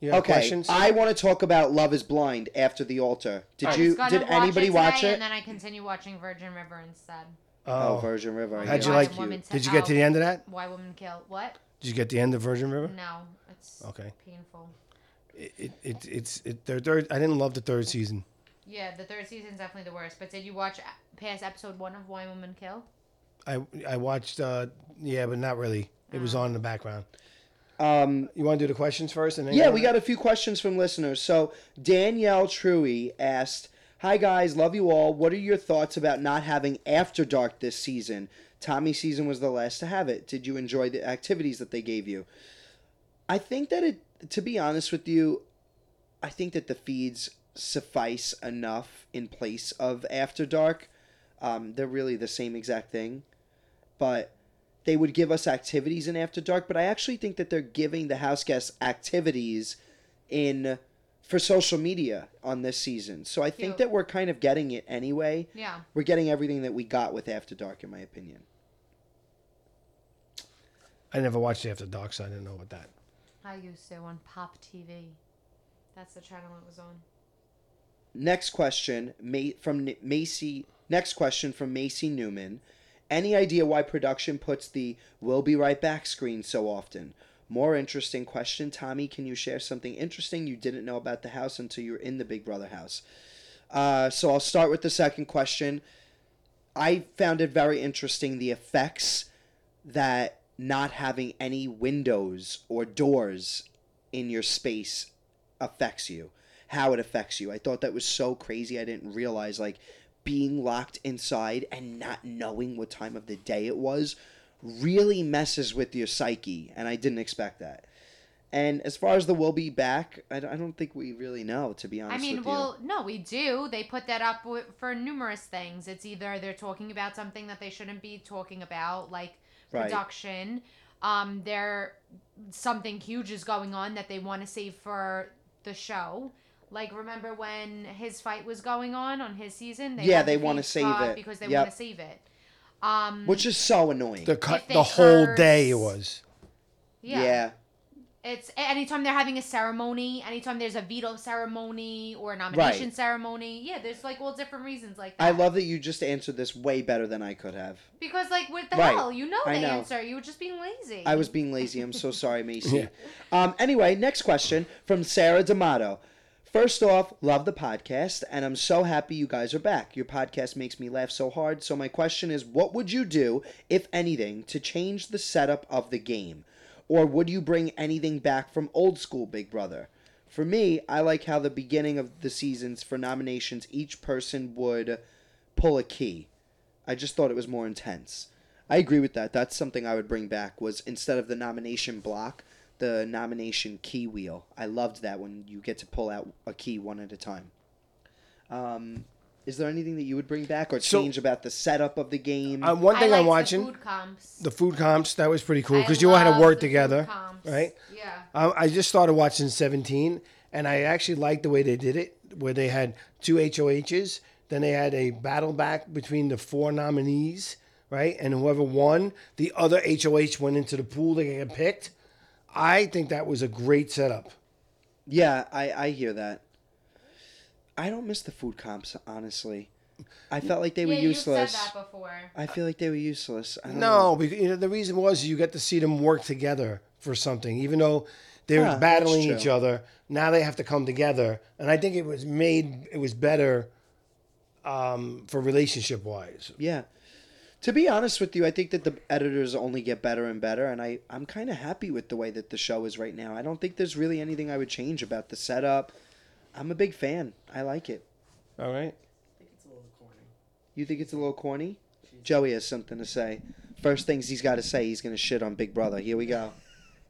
Speaker 3: You have
Speaker 1: Okay.
Speaker 3: questions?
Speaker 1: I want to talk about Love Is Blind after the altar. Did
Speaker 2: I was
Speaker 1: you?
Speaker 2: gonna
Speaker 1: Did anybody
Speaker 2: watch it?
Speaker 1: watch
Speaker 2: today,
Speaker 1: it?
Speaker 2: And then I continue watching Virgin River instead.
Speaker 1: Oh,
Speaker 3: oh,
Speaker 1: Virgin River. I
Speaker 2: Why
Speaker 3: how'd
Speaker 1: guess.
Speaker 3: you
Speaker 2: Women
Speaker 3: like?
Speaker 2: Kill- Women
Speaker 3: Did you get to
Speaker 2: Oh.
Speaker 3: the end of that?
Speaker 2: Why women kill? What?
Speaker 3: Did you get the end of Virgin River?
Speaker 2: No, it's
Speaker 3: Okay.
Speaker 2: painful.
Speaker 3: It, it, it it's it, their third. I didn't love the third season.
Speaker 2: Yeah, the third season's definitely the worst. But did you watch a- past episode one of Why Women Kill? Oh.
Speaker 3: I I watched. uh Yeah, but not really. It was on in the background. You want to do the questions first, and then
Speaker 1: Um, Yeah, we got a few questions from listeners. So Danielle Truey asked, "Hi guys, love you all. What are your thoughts about not having After Dark this season? Tommy season was the last to have it. Did you enjoy the activities that they gave you?" I think that it. To be honest with you, I think that the feeds suffice enough in place of After Dark. Um, they're really the same exact thing, but they would give us activities in After Dark, but I actually think that they're giving the house guests activities in for social media on this season. So I think
Speaker 2: Cute.
Speaker 1: that we're kind of getting it anyway.
Speaker 2: Yeah.
Speaker 1: We're getting everything that we got with After Dark, in my opinion.
Speaker 3: I never watched After Dark, so I didn't know what that.
Speaker 2: I used to on Pop TV. That's the channel it was on.
Speaker 1: Next question Ma- from N- Macy. Next question from Macy Newman. Any idea why production puts the "We'll be right back" screen so often? More interesting question, Tommy. Can you share something interesting you didn't know about the house until you were in the Big Brother house? Uh, so I'll start with the second question. I found it very interesting the effects that not having any windows or doors in your space affects you how it affects you i thought that was so crazy i didn't realize like being locked inside and not knowing what time of the day it was really messes with your psyche and i didn't expect that and as far as the will be back i don't I don't think we really know to be honest
Speaker 2: I mean,
Speaker 1: with
Speaker 2: well, no, we do. They put that up wi- for numerous things. It's either they're talking about something that they shouldn't be talking about, like
Speaker 1: Right.
Speaker 2: production. Um, there, something huge is going on that they want to save for the show. Like, remember when his fight was going on on his season?
Speaker 1: Yeah,
Speaker 2: had
Speaker 1: they
Speaker 2: the
Speaker 1: wanna
Speaker 2: feed
Speaker 1: save
Speaker 2: spot
Speaker 1: it.
Speaker 2: Because they
Speaker 1: Yep.
Speaker 2: want to save it. Um,
Speaker 1: you which is so annoying
Speaker 3: The cut,
Speaker 2: they
Speaker 3: the whole
Speaker 2: curse-
Speaker 3: day it was.
Speaker 1: yeah.
Speaker 2: It's a- anytime they're having a ceremony, anytime there's a veto ceremony or a nomination ceremony. Yeah, there's like all different reasons like that.
Speaker 1: i love that you just answered this way better than i could have
Speaker 2: because like what the
Speaker 1: Right.
Speaker 2: hell? You know the
Speaker 1: I know.
Speaker 2: answer. You were just being lazy.
Speaker 1: I was being lazy. I'm so sorry, Macy.
Speaker 3: Yeah.
Speaker 1: Um, anyway, next question from Sarah D'Amato. First off, love the podcast, and I'm so happy you guys are back. Your podcast makes me laugh so hard. So, my question is what would you do, if anything, to change the setup of the game? Or would you bring anything back from old school Big Brother? For me, I like how the beginning of the seasons for nominations, each person would pull a key. I just thought it was more intense. I agree with that. That's something I would bring back was instead of the nomination block, the nomination key wheel. I loved that when you get to pull out a key one at a time. Um, is there anything that you would bring back or
Speaker 3: So-
Speaker 1: change about the setup of the game?
Speaker 3: Um, one thing
Speaker 2: I liked
Speaker 3: I'm watching
Speaker 2: The food comps.
Speaker 3: the food comps. That was pretty cool
Speaker 2: I
Speaker 3: because you all had to
Speaker 2: loved
Speaker 3: work
Speaker 2: the food
Speaker 3: together,
Speaker 2: comps.
Speaker 3: right?
Speaker 2: Yeah.
Speaker 3: I, I just started watching 17, and I actually liked the way they did it, where they had two HOHs, then they had a battle back between the four nominees, right? And whoever won, the other HOH went into the pool they get picked. I think that was a great setup.
Speaker 1: yeah, I, I hear that. I don't miss the food comps, honestly. I felt like they were
Speaker 2: yeah,
Speaker 1: useless.
Speaker 2: You've said that before.
Speaker 1: I feel like they were useless. I don't know.
Speaker 3: No, because, you know, the reason was you got to see them work together for something, even though they were
Speaker 1: Yeah, that's
Speaker 3: battling each
Speaker 1: true.
Speaker 3: other. Now they have to come together, and I think it was made it was better um, for relationship wise.
Speaker 1: Yeah. To be honest with you, I think that the editors only get better and better, and I, I'm kind of happy with the way that the show is right now. I don't think there's really anything I would change about the setup. I'm a big fan. I like it.
Speaker 3: All right.
Speaker 6: I think it's a little corny.
Speaker 1: You think it's a little corny? Joey has something to say. First things he's got to say, he's going to shit on Big Brother. Here we go.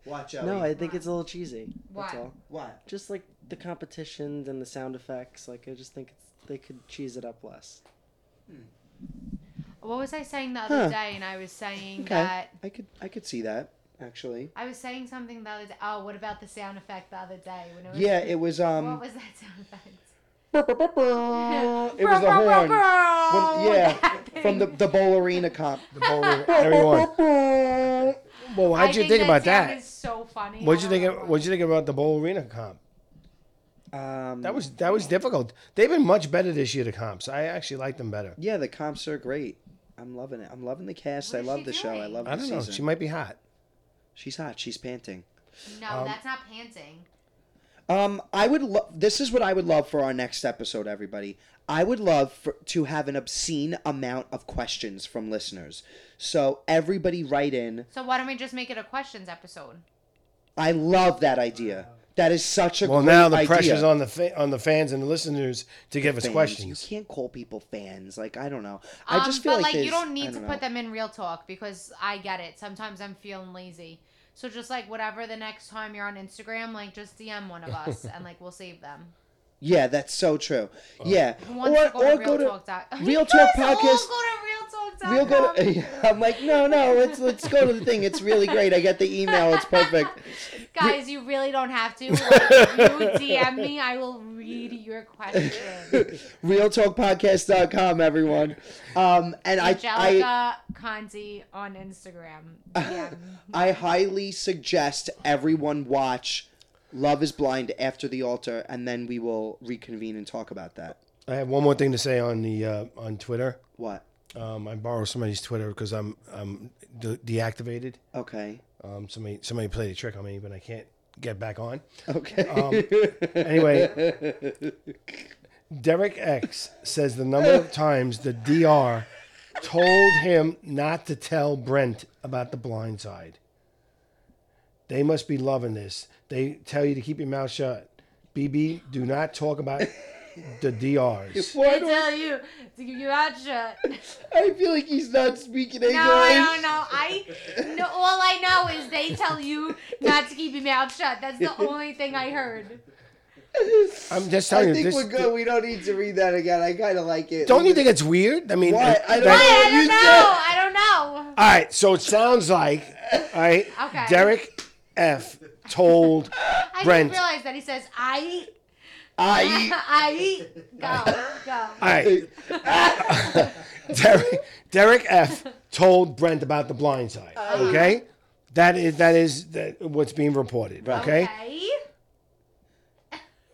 Speaker 1: Watch out.
Speaker 6: No, I think it's a little cheesy.
Speaker 2: Why?
Speaker 1: What?
Speaker 6: Just like the competitions and the sound effects. Like I just think it's, they could cheese it up less.
Speaker 2: What was I saying the other
Speaker 1: Huh.
Speaker 2: day? And I was saying
Speaker 1: Okay.
Speaker 2: that
Speaker 1: I could I could see that, actually.
Speaker 2: I was saying something the other day. Oh, what about the sound effect the other day? When it was,
Speaker 1: Yeah, it was
Speaker 2: What
Speaker 1: um
Speaker 2: was that sound effect?
Speaker 1: it was the horn. When- yeah,
Speaker 2: That
Speaker 1: from the
Speaker 2: thing.
Speaker 1: the bowl arena comp.
Speaker 3: The bowl of everyone. Well,
Speaker 2: I
Speaker 3: how'd you think about
Speaker 2: sound
Speaker 3: that?
Speaker 2: is so funny.
Speaker 3: What'd you
Speaker 2: I don't
Speaker 3: think?
Speaker 2: know
Speaker 3: Of,
Speaker 2: why.
Speaker 3: what'd you think about the bowl arena comp?
Speaker 1: Um,
Speaker 3: That was that was difficult. They've been much better this year. The comps. I actually like them better.
Speaker 1: yeah. The comps are great. I'm loving it. I'm loving the cast.
Speaker 2: What
Speaker 1: I
Speaker 2: is
Speaker 1: love
Speaker 2: she
Speaker 1: the show. I
Speaker 2: doing?
Speaker 1: love the
Speaker 3: I don't know.
Speaker 1: season.
Speaker 3: She might be hot.
Speaker 1: She's hot. She's panting.
Speaker 2: No,
Speaker 3: um,
Speaker 2: that's not panting.
Speaker 1: Um, I would love. This is what I would love for our next episode, everybody. I would love for, to have an obscene amount of questions from listeners. So everybody, write in.
Speaker 2: So why don't we just make it a questions episode?
Speaker 1: I love that idea. That is such a
Speaker 3: Well,
Speaker 1: great
Speaker 3: now the
Speaker 1: idea.
Speaker 3: pressure's on the fa- on the fans and the listeners to give us
Speaker 1: Fans.
Speaker 3: questions.
Speaker 1: You can't call people fans. Like I don't know.
Speaker 2: Um,
Speaker 1: I just feel
Speaker 2: but like,
Speaker 1: like
Speaker 2: you
Speaker 1: there's-
Speaker 2: don't need
Speaker 1: I
Speaker 2: to
Speaker 1: don't
Speaker 2: put
Speaker 1: know.
Speaker 2: them in real talk because I get it. Sometimes I'm feeling lazy. So just like whatever the next time you're on Instagram, like just DM one of us and like we'll save them.
Speaker 1: Yeah, that's so true.
Speaker 3: Oh.
Speaker 1: yeah,
Speaker 2: Who
Speaker 1: or
Speaker 2: wants to go
Speaker 1: or
Speaker 2: to
Speaker 1: go
Speaker 2: Real
Speaker 1: to
Speaker 2: Talk Doc-
Speaker 1: Real Talk
Speaker 2: Let's all
Speaker 1: Podcast.
Speaker 2: go to
Speaker 1: We'll
Speaker 2: Real
Speaker 1: go
Speaker 2: Talk. Real
Speaker 1: to, I'm like, no, no, let's let's go to the thing. It's really great. I got the email. It's perfect.
Speaker 2: Guys, you really don't have to. Like, you DM me, I will read your question.
Speaker 1: realtalkpodcast.com everyone um and I, I
Speaker 2: Angelica Conti on Instagram. DM.
Speaker 1: i highly suggest everyone watch love is blind after the altar and then we will reconvene and talk about that
Speaker 3: I have one more thing to say on the uh, on Twitter.
Speaker 1: what
Speaker 3: Um, I borrow somebody's Twitter because I'm I'm de- deactivated.
Speaker 1: okay
Speaker 3: Um, somebody somebody played a trick on me, but I can't get back on.
Speaker 1: okay
Speaker 3: Um, Anyway, Derek X says the number of times the DR told him not to tell Brent about the blind side. They must be loving this. They tell you to keep your mouth shut. BB, do not talk about the DRs.
Speaker 2: I
Speaker 1: why do I,
Speaker 2: tell you to keep your mouth shut.
Speaker 1: I feel like he's not speaking english
Speaker 2: No, I don't know. I no, all I know is they tell you not to keep your mouth shut. That's the only thing I heard.
Speaker 3: I'm just
Speaker 1: I
Speaker 3: telling you
Speaker 1: think
Speaker 3: this.
Speaker 1: we're good. We don't need to read that again. I kind of like it.
Speaker 3: Don't you think it's weird? I mean,
Speaker 1: Why? I don't
Speaker 2: Why?
Speaker 3: that-
Speaker 2: I
Speaker 1: You
Speaker 2: don't know. I don't know.
Speaker 3: All right, so it sounds like, all right,
Speaker 2: Okay.
Speaker 3: Derek F told
Speaker 2: I
Speaker 3: Brent.
Speaker 2: didn't realize that he says I
Speaker 1: I
Speaker 2: I eat. Go go.
Speaker 3: All right. Derek, Derek F. told Brent about the blind side.
Speaker 1: Uh-huh.
Speaker 3: Okay? That is that is that what's being reported. Okay?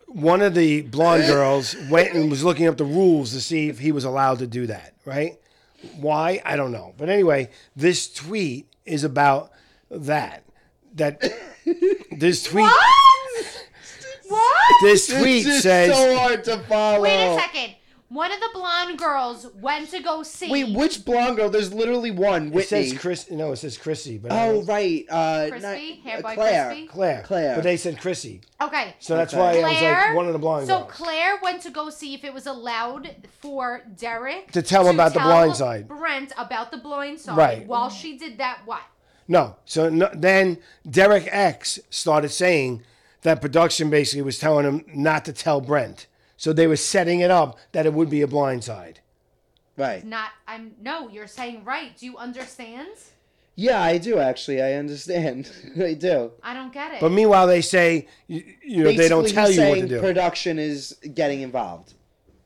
Speaker 3: One of the blonde girls went and was looking up the rules to see if he was allowed to do that, right? Why? I don't know. But anyway, this tweet is about that. That this tweet
Speaker 2: What? What?
Speaker 3: this
Speaker 1: it's
Speaker 3: tweet
Speaker 1: just
Speaker 3: says
Speaker 1: so hard to follow.
Speaker 2: Wait a second. One of the blonde girls went to go see.
Speaker 1: Wait, which blonde girl? There's literally one.
Speaker 3: it
Speaker 1: Whitney.
Speaker 3: says Chris no, it says Chrissy, but I
Speaker 1: Oh
Speaker 3: don't-
Speaker 1: right, uh,
Speaker 2: Crispy,
Speaker 1: not-
Speaker 2: hair boy
Speaker 1: Claire.
Speaker 2: Crispy.
Speaker 3: Claire.
Speaker 1: Claire.
Speaker 3: But they said Chrissy.
Speaker 2: Okay.
Speaker 3: So that's
Speaker 1: Okay.
Speaker 3: why I was
Speaker 2: Claire.
Speaker 3: like one of the blind
Speaker 2: so
Speaker 3: girls.
Speaker 2: Claire went to go see if it was allowed for Derek
Speaker 3: To tell him about the
Speaker 2: tell
Speaker 3: blind side.
Speaker 2: Brent about the blind side.
Speaker 3: Right.
Speaker 2: While she did that, what?
Speaker 3: no. So no, then Derek X started saying that production basically was telling him not to tell Brent. So they were setting it up that it would be a blind side.
Speaker 1: Right.
Speaker 2: Not. I'm. No. You're saying right. Do you understand?
Speaker 1: Yeah, I do actually. I understand. I do.
Speaker 2: I don't get it.
Speaker 3: But meanwhile, they say you, you know they don't
Speaker 1: Basically,
Speaker 3: tell
Speaker 1: he's
Speaker 3: you what to
Speaker 1: saying
Speaker 3: do.
Speaker 1: Production is getting involved.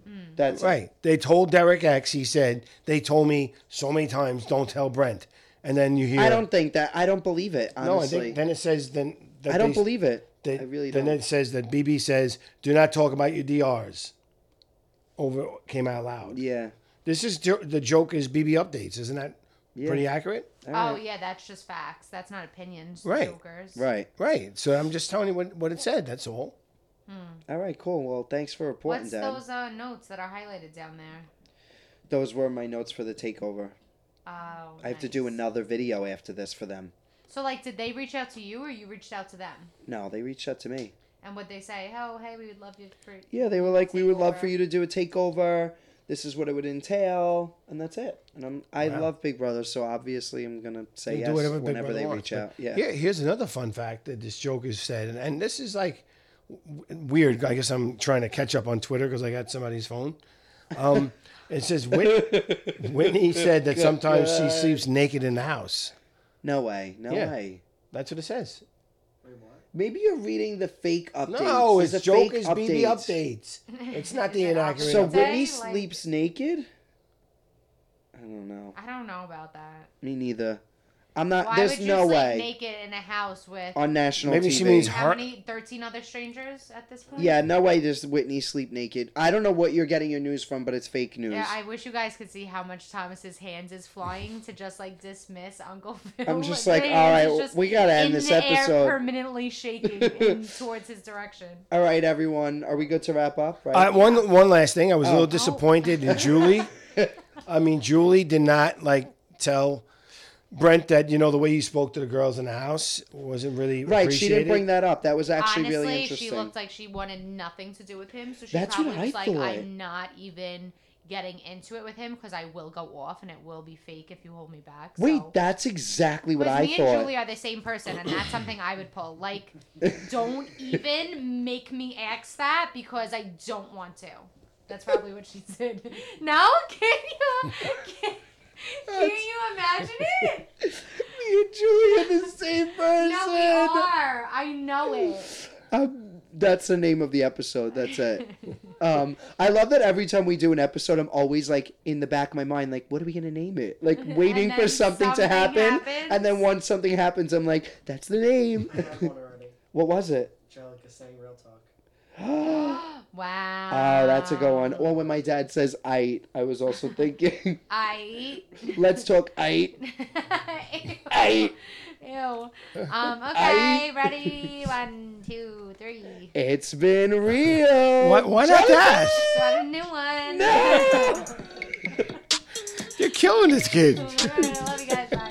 Speaker 2: Hmm.
Speaker 1: That's it.
Speaker 3: right. They told Derek X. He said they told me so many times don't tell Brent. And then you hear
Speaker 1: I don't think that. I don't believe it.
Speaker 3: no. I
Speaker 1: Honestly,
Speaker 3: think then it says then that
Speaker 1: I don't
Speaker 3: they-
Speaker 1: believe it.
Speaker 3: They,
Speaker 1: I really
Speaker 3: then
Speaker 1: don't.
Speaker 3: it says that BB says, "Do not talk about your DRs." Over came out loud.
Speaker 1: yeah.
Speaker 3: This is jo- the joke is BB updates, isn't that pretty accurate?
Speaker 2: oh yeah, that's just facts. That's not opinions.
Speaker 3: Right.
Speaker 2: Jokers.
Speaker 1: Right.
Speaker 3: Right. So I'm just telling you what, what it said. That's all.
Speaker 1: All right. Cool. Well, thanks for reporting,
Speaker 2: What's
Speaker 1: Dad. Those?
Speaker 2: those uh, notes that are highlighted down there?
Speaker 1: were my notes for the takeover.
Speaker 2: Oh.
Speaker 1: I have to do
Speaker 2: nice.
Speaker 1: another video after this for them.
Speaker 2: So like, did they reach out to you, or you reached out to them?
Speaker 1: No, they reached out to me.
Speaker 2: And would they say, "Oh, hey, we would love you for"?
Speaker 1: Yeah, they were like, "We would love
Speaker 2: Takeover.
Speaker 1: for you to do a takeover. This is what it would entail," and that's it. And I'm, I
Speaker 3: Wow.
Speaker 1: love Big Brother, so obviously I'm gonna say
Speaker 3: You
Speaker 1: yes whenever
Speaker 3: Brother
Speaker 1: they
Speaker 3: wants,
Speaker 1: reach
Speaker 3: but
Speaker 1: out. Yeah.
Speaker 3: Here, here's another fun fact that this Joker said, and, and this is like w- weird. I guess I'm trying to catch up on Twitter because I got somebody's phone. Um, it says Whit- Whitney said that sometimes she sleeps naked in the house.
Speaker 1: No way. No
Speaker 3: Yeah.
Speaker 1: way.
Speaker 3: That's what it says.
Speaker 1: Maybe you're reading the fake updates.
Speaker 3: No,
Speaker 1: There's
Speaker 3: it's
Speaker 1: a fake
Speaker 3: Joker's BB updates. It's not the inaccurate.
Speaker 1: So
Speaker 2: Day,
Speaker 1: Whitney
Speaker 2: like-
Speaker 1: sleeps naked. I don't know.
Speaker 2: I don't know about that.
Speaker 1: Me neither. I'm not.
Speaker 2: Why
Speaker 1: Uh, there's
Speaker 2: would you
Speaker 1: no
Speaker 2: sleep
Speaker 1: way
Speaker 2: naked in a house with
Speaker 1: on national
Speaker 3: Maybe
Speaker 1: TV.
Speaker 3: she means
Speaker 2: how
Speaker 3: Har-
Speaker 2: many? Thirteen other strangers at this point.
Speaker 1: yeah, no way does Whitney sleep naked. I don't know what you're getting your news from, but it's fake news.
Speaker 2: Yeah, I wish you guys could see how much Thomas's hands is flying to just like dismiss Uncle Phil.
Speaker 1: I'm just
Speaker 2: Their
Speaker 1: like,
Speaker 2: hands
Speaker 1: all right,
Speaker 2: is just
Speaker 1: we gotta end
Speaker 2: in
Speaker 1: this
Speaker 2: the
Speaker 1: episode.
Speaker 2: Air permanently shaking in towards his direction.
Speaker 1: All right, everyone. Are we good to wrap up? Right. Oh.
Speaker 3: Uh, one one last thing, I was a little disappointed in Julie. I mean, Julie did not like tell Brent that you know the way he spoke to the girls in the house wasn't really
Speaker 1: Right, she didn't
Speaker 3: appreciated.
Speaker 1: bring that up. That was actually
Speaker 2: Honestly,
Speaker 1: really
Speaker 2: she
Speaker 1: interesting.
Speaker 2: looked like she wanted nothing to do with him. So she
Speaker 1: That's
Speaker 2: probably
Speaker 1: what I
Speaker 2: was like,
Speaker 1: thought.
Speaker 2: I'm not even getting into it with him because I will go off and it will be fake if you hold me back. So.
Speaker 1: Wait, that's exactly what
Speaker 2: Because
Speaker 1: I
Speaker 2: me and
Speaker 1: thought.
Speaker 2: Julie are the same person, and that's something I would pull. Like, don't even make me ask that because I don't want to. That's probably what she said. No, can you? Can, can you imagine it?
Speaker 1: me and Julie are the same person.
Speaker 2: No, we are. I know it.
Speaker 1: Um, that's the name of the episode. That's it. um, I love that every time we do an episode, I'm always like in the back of my mind, like, what are we gonna name it? Like waiting for
Speaker 2: then
Speaker 1: something, to
Speaker 2: something
Speaker 1: happen, and then
Speaker 2: happens.
Speaker 1: once something happens, I'm like, that's the name.
Speaker 6: I have one already.
Speaker 1: what was it?
Speaker 6: Angelica saying real talk.
Speaker 1: oh,
Speaker 2: Wow.
Speaker 1: Ah, that's a good one.
Speaker 2: Um.
Speaker 1: Or when my dad says "I," I was also thinking,
Speaker 2: I.
Speaker 1: let's talk "I."
Speaker 2: Ew.
Speaker 1: I-
Speaker 2: Ew. Um, okay, ready? One, two, three.
Speaker 1: It's been real.
Speaker 3: Why, why not that?
Speaker 2: So I have a new one.
Speaker 1: No!
Speaker 3: You're killing this kid.
Speaker 2: All right, I love you guys. Bye.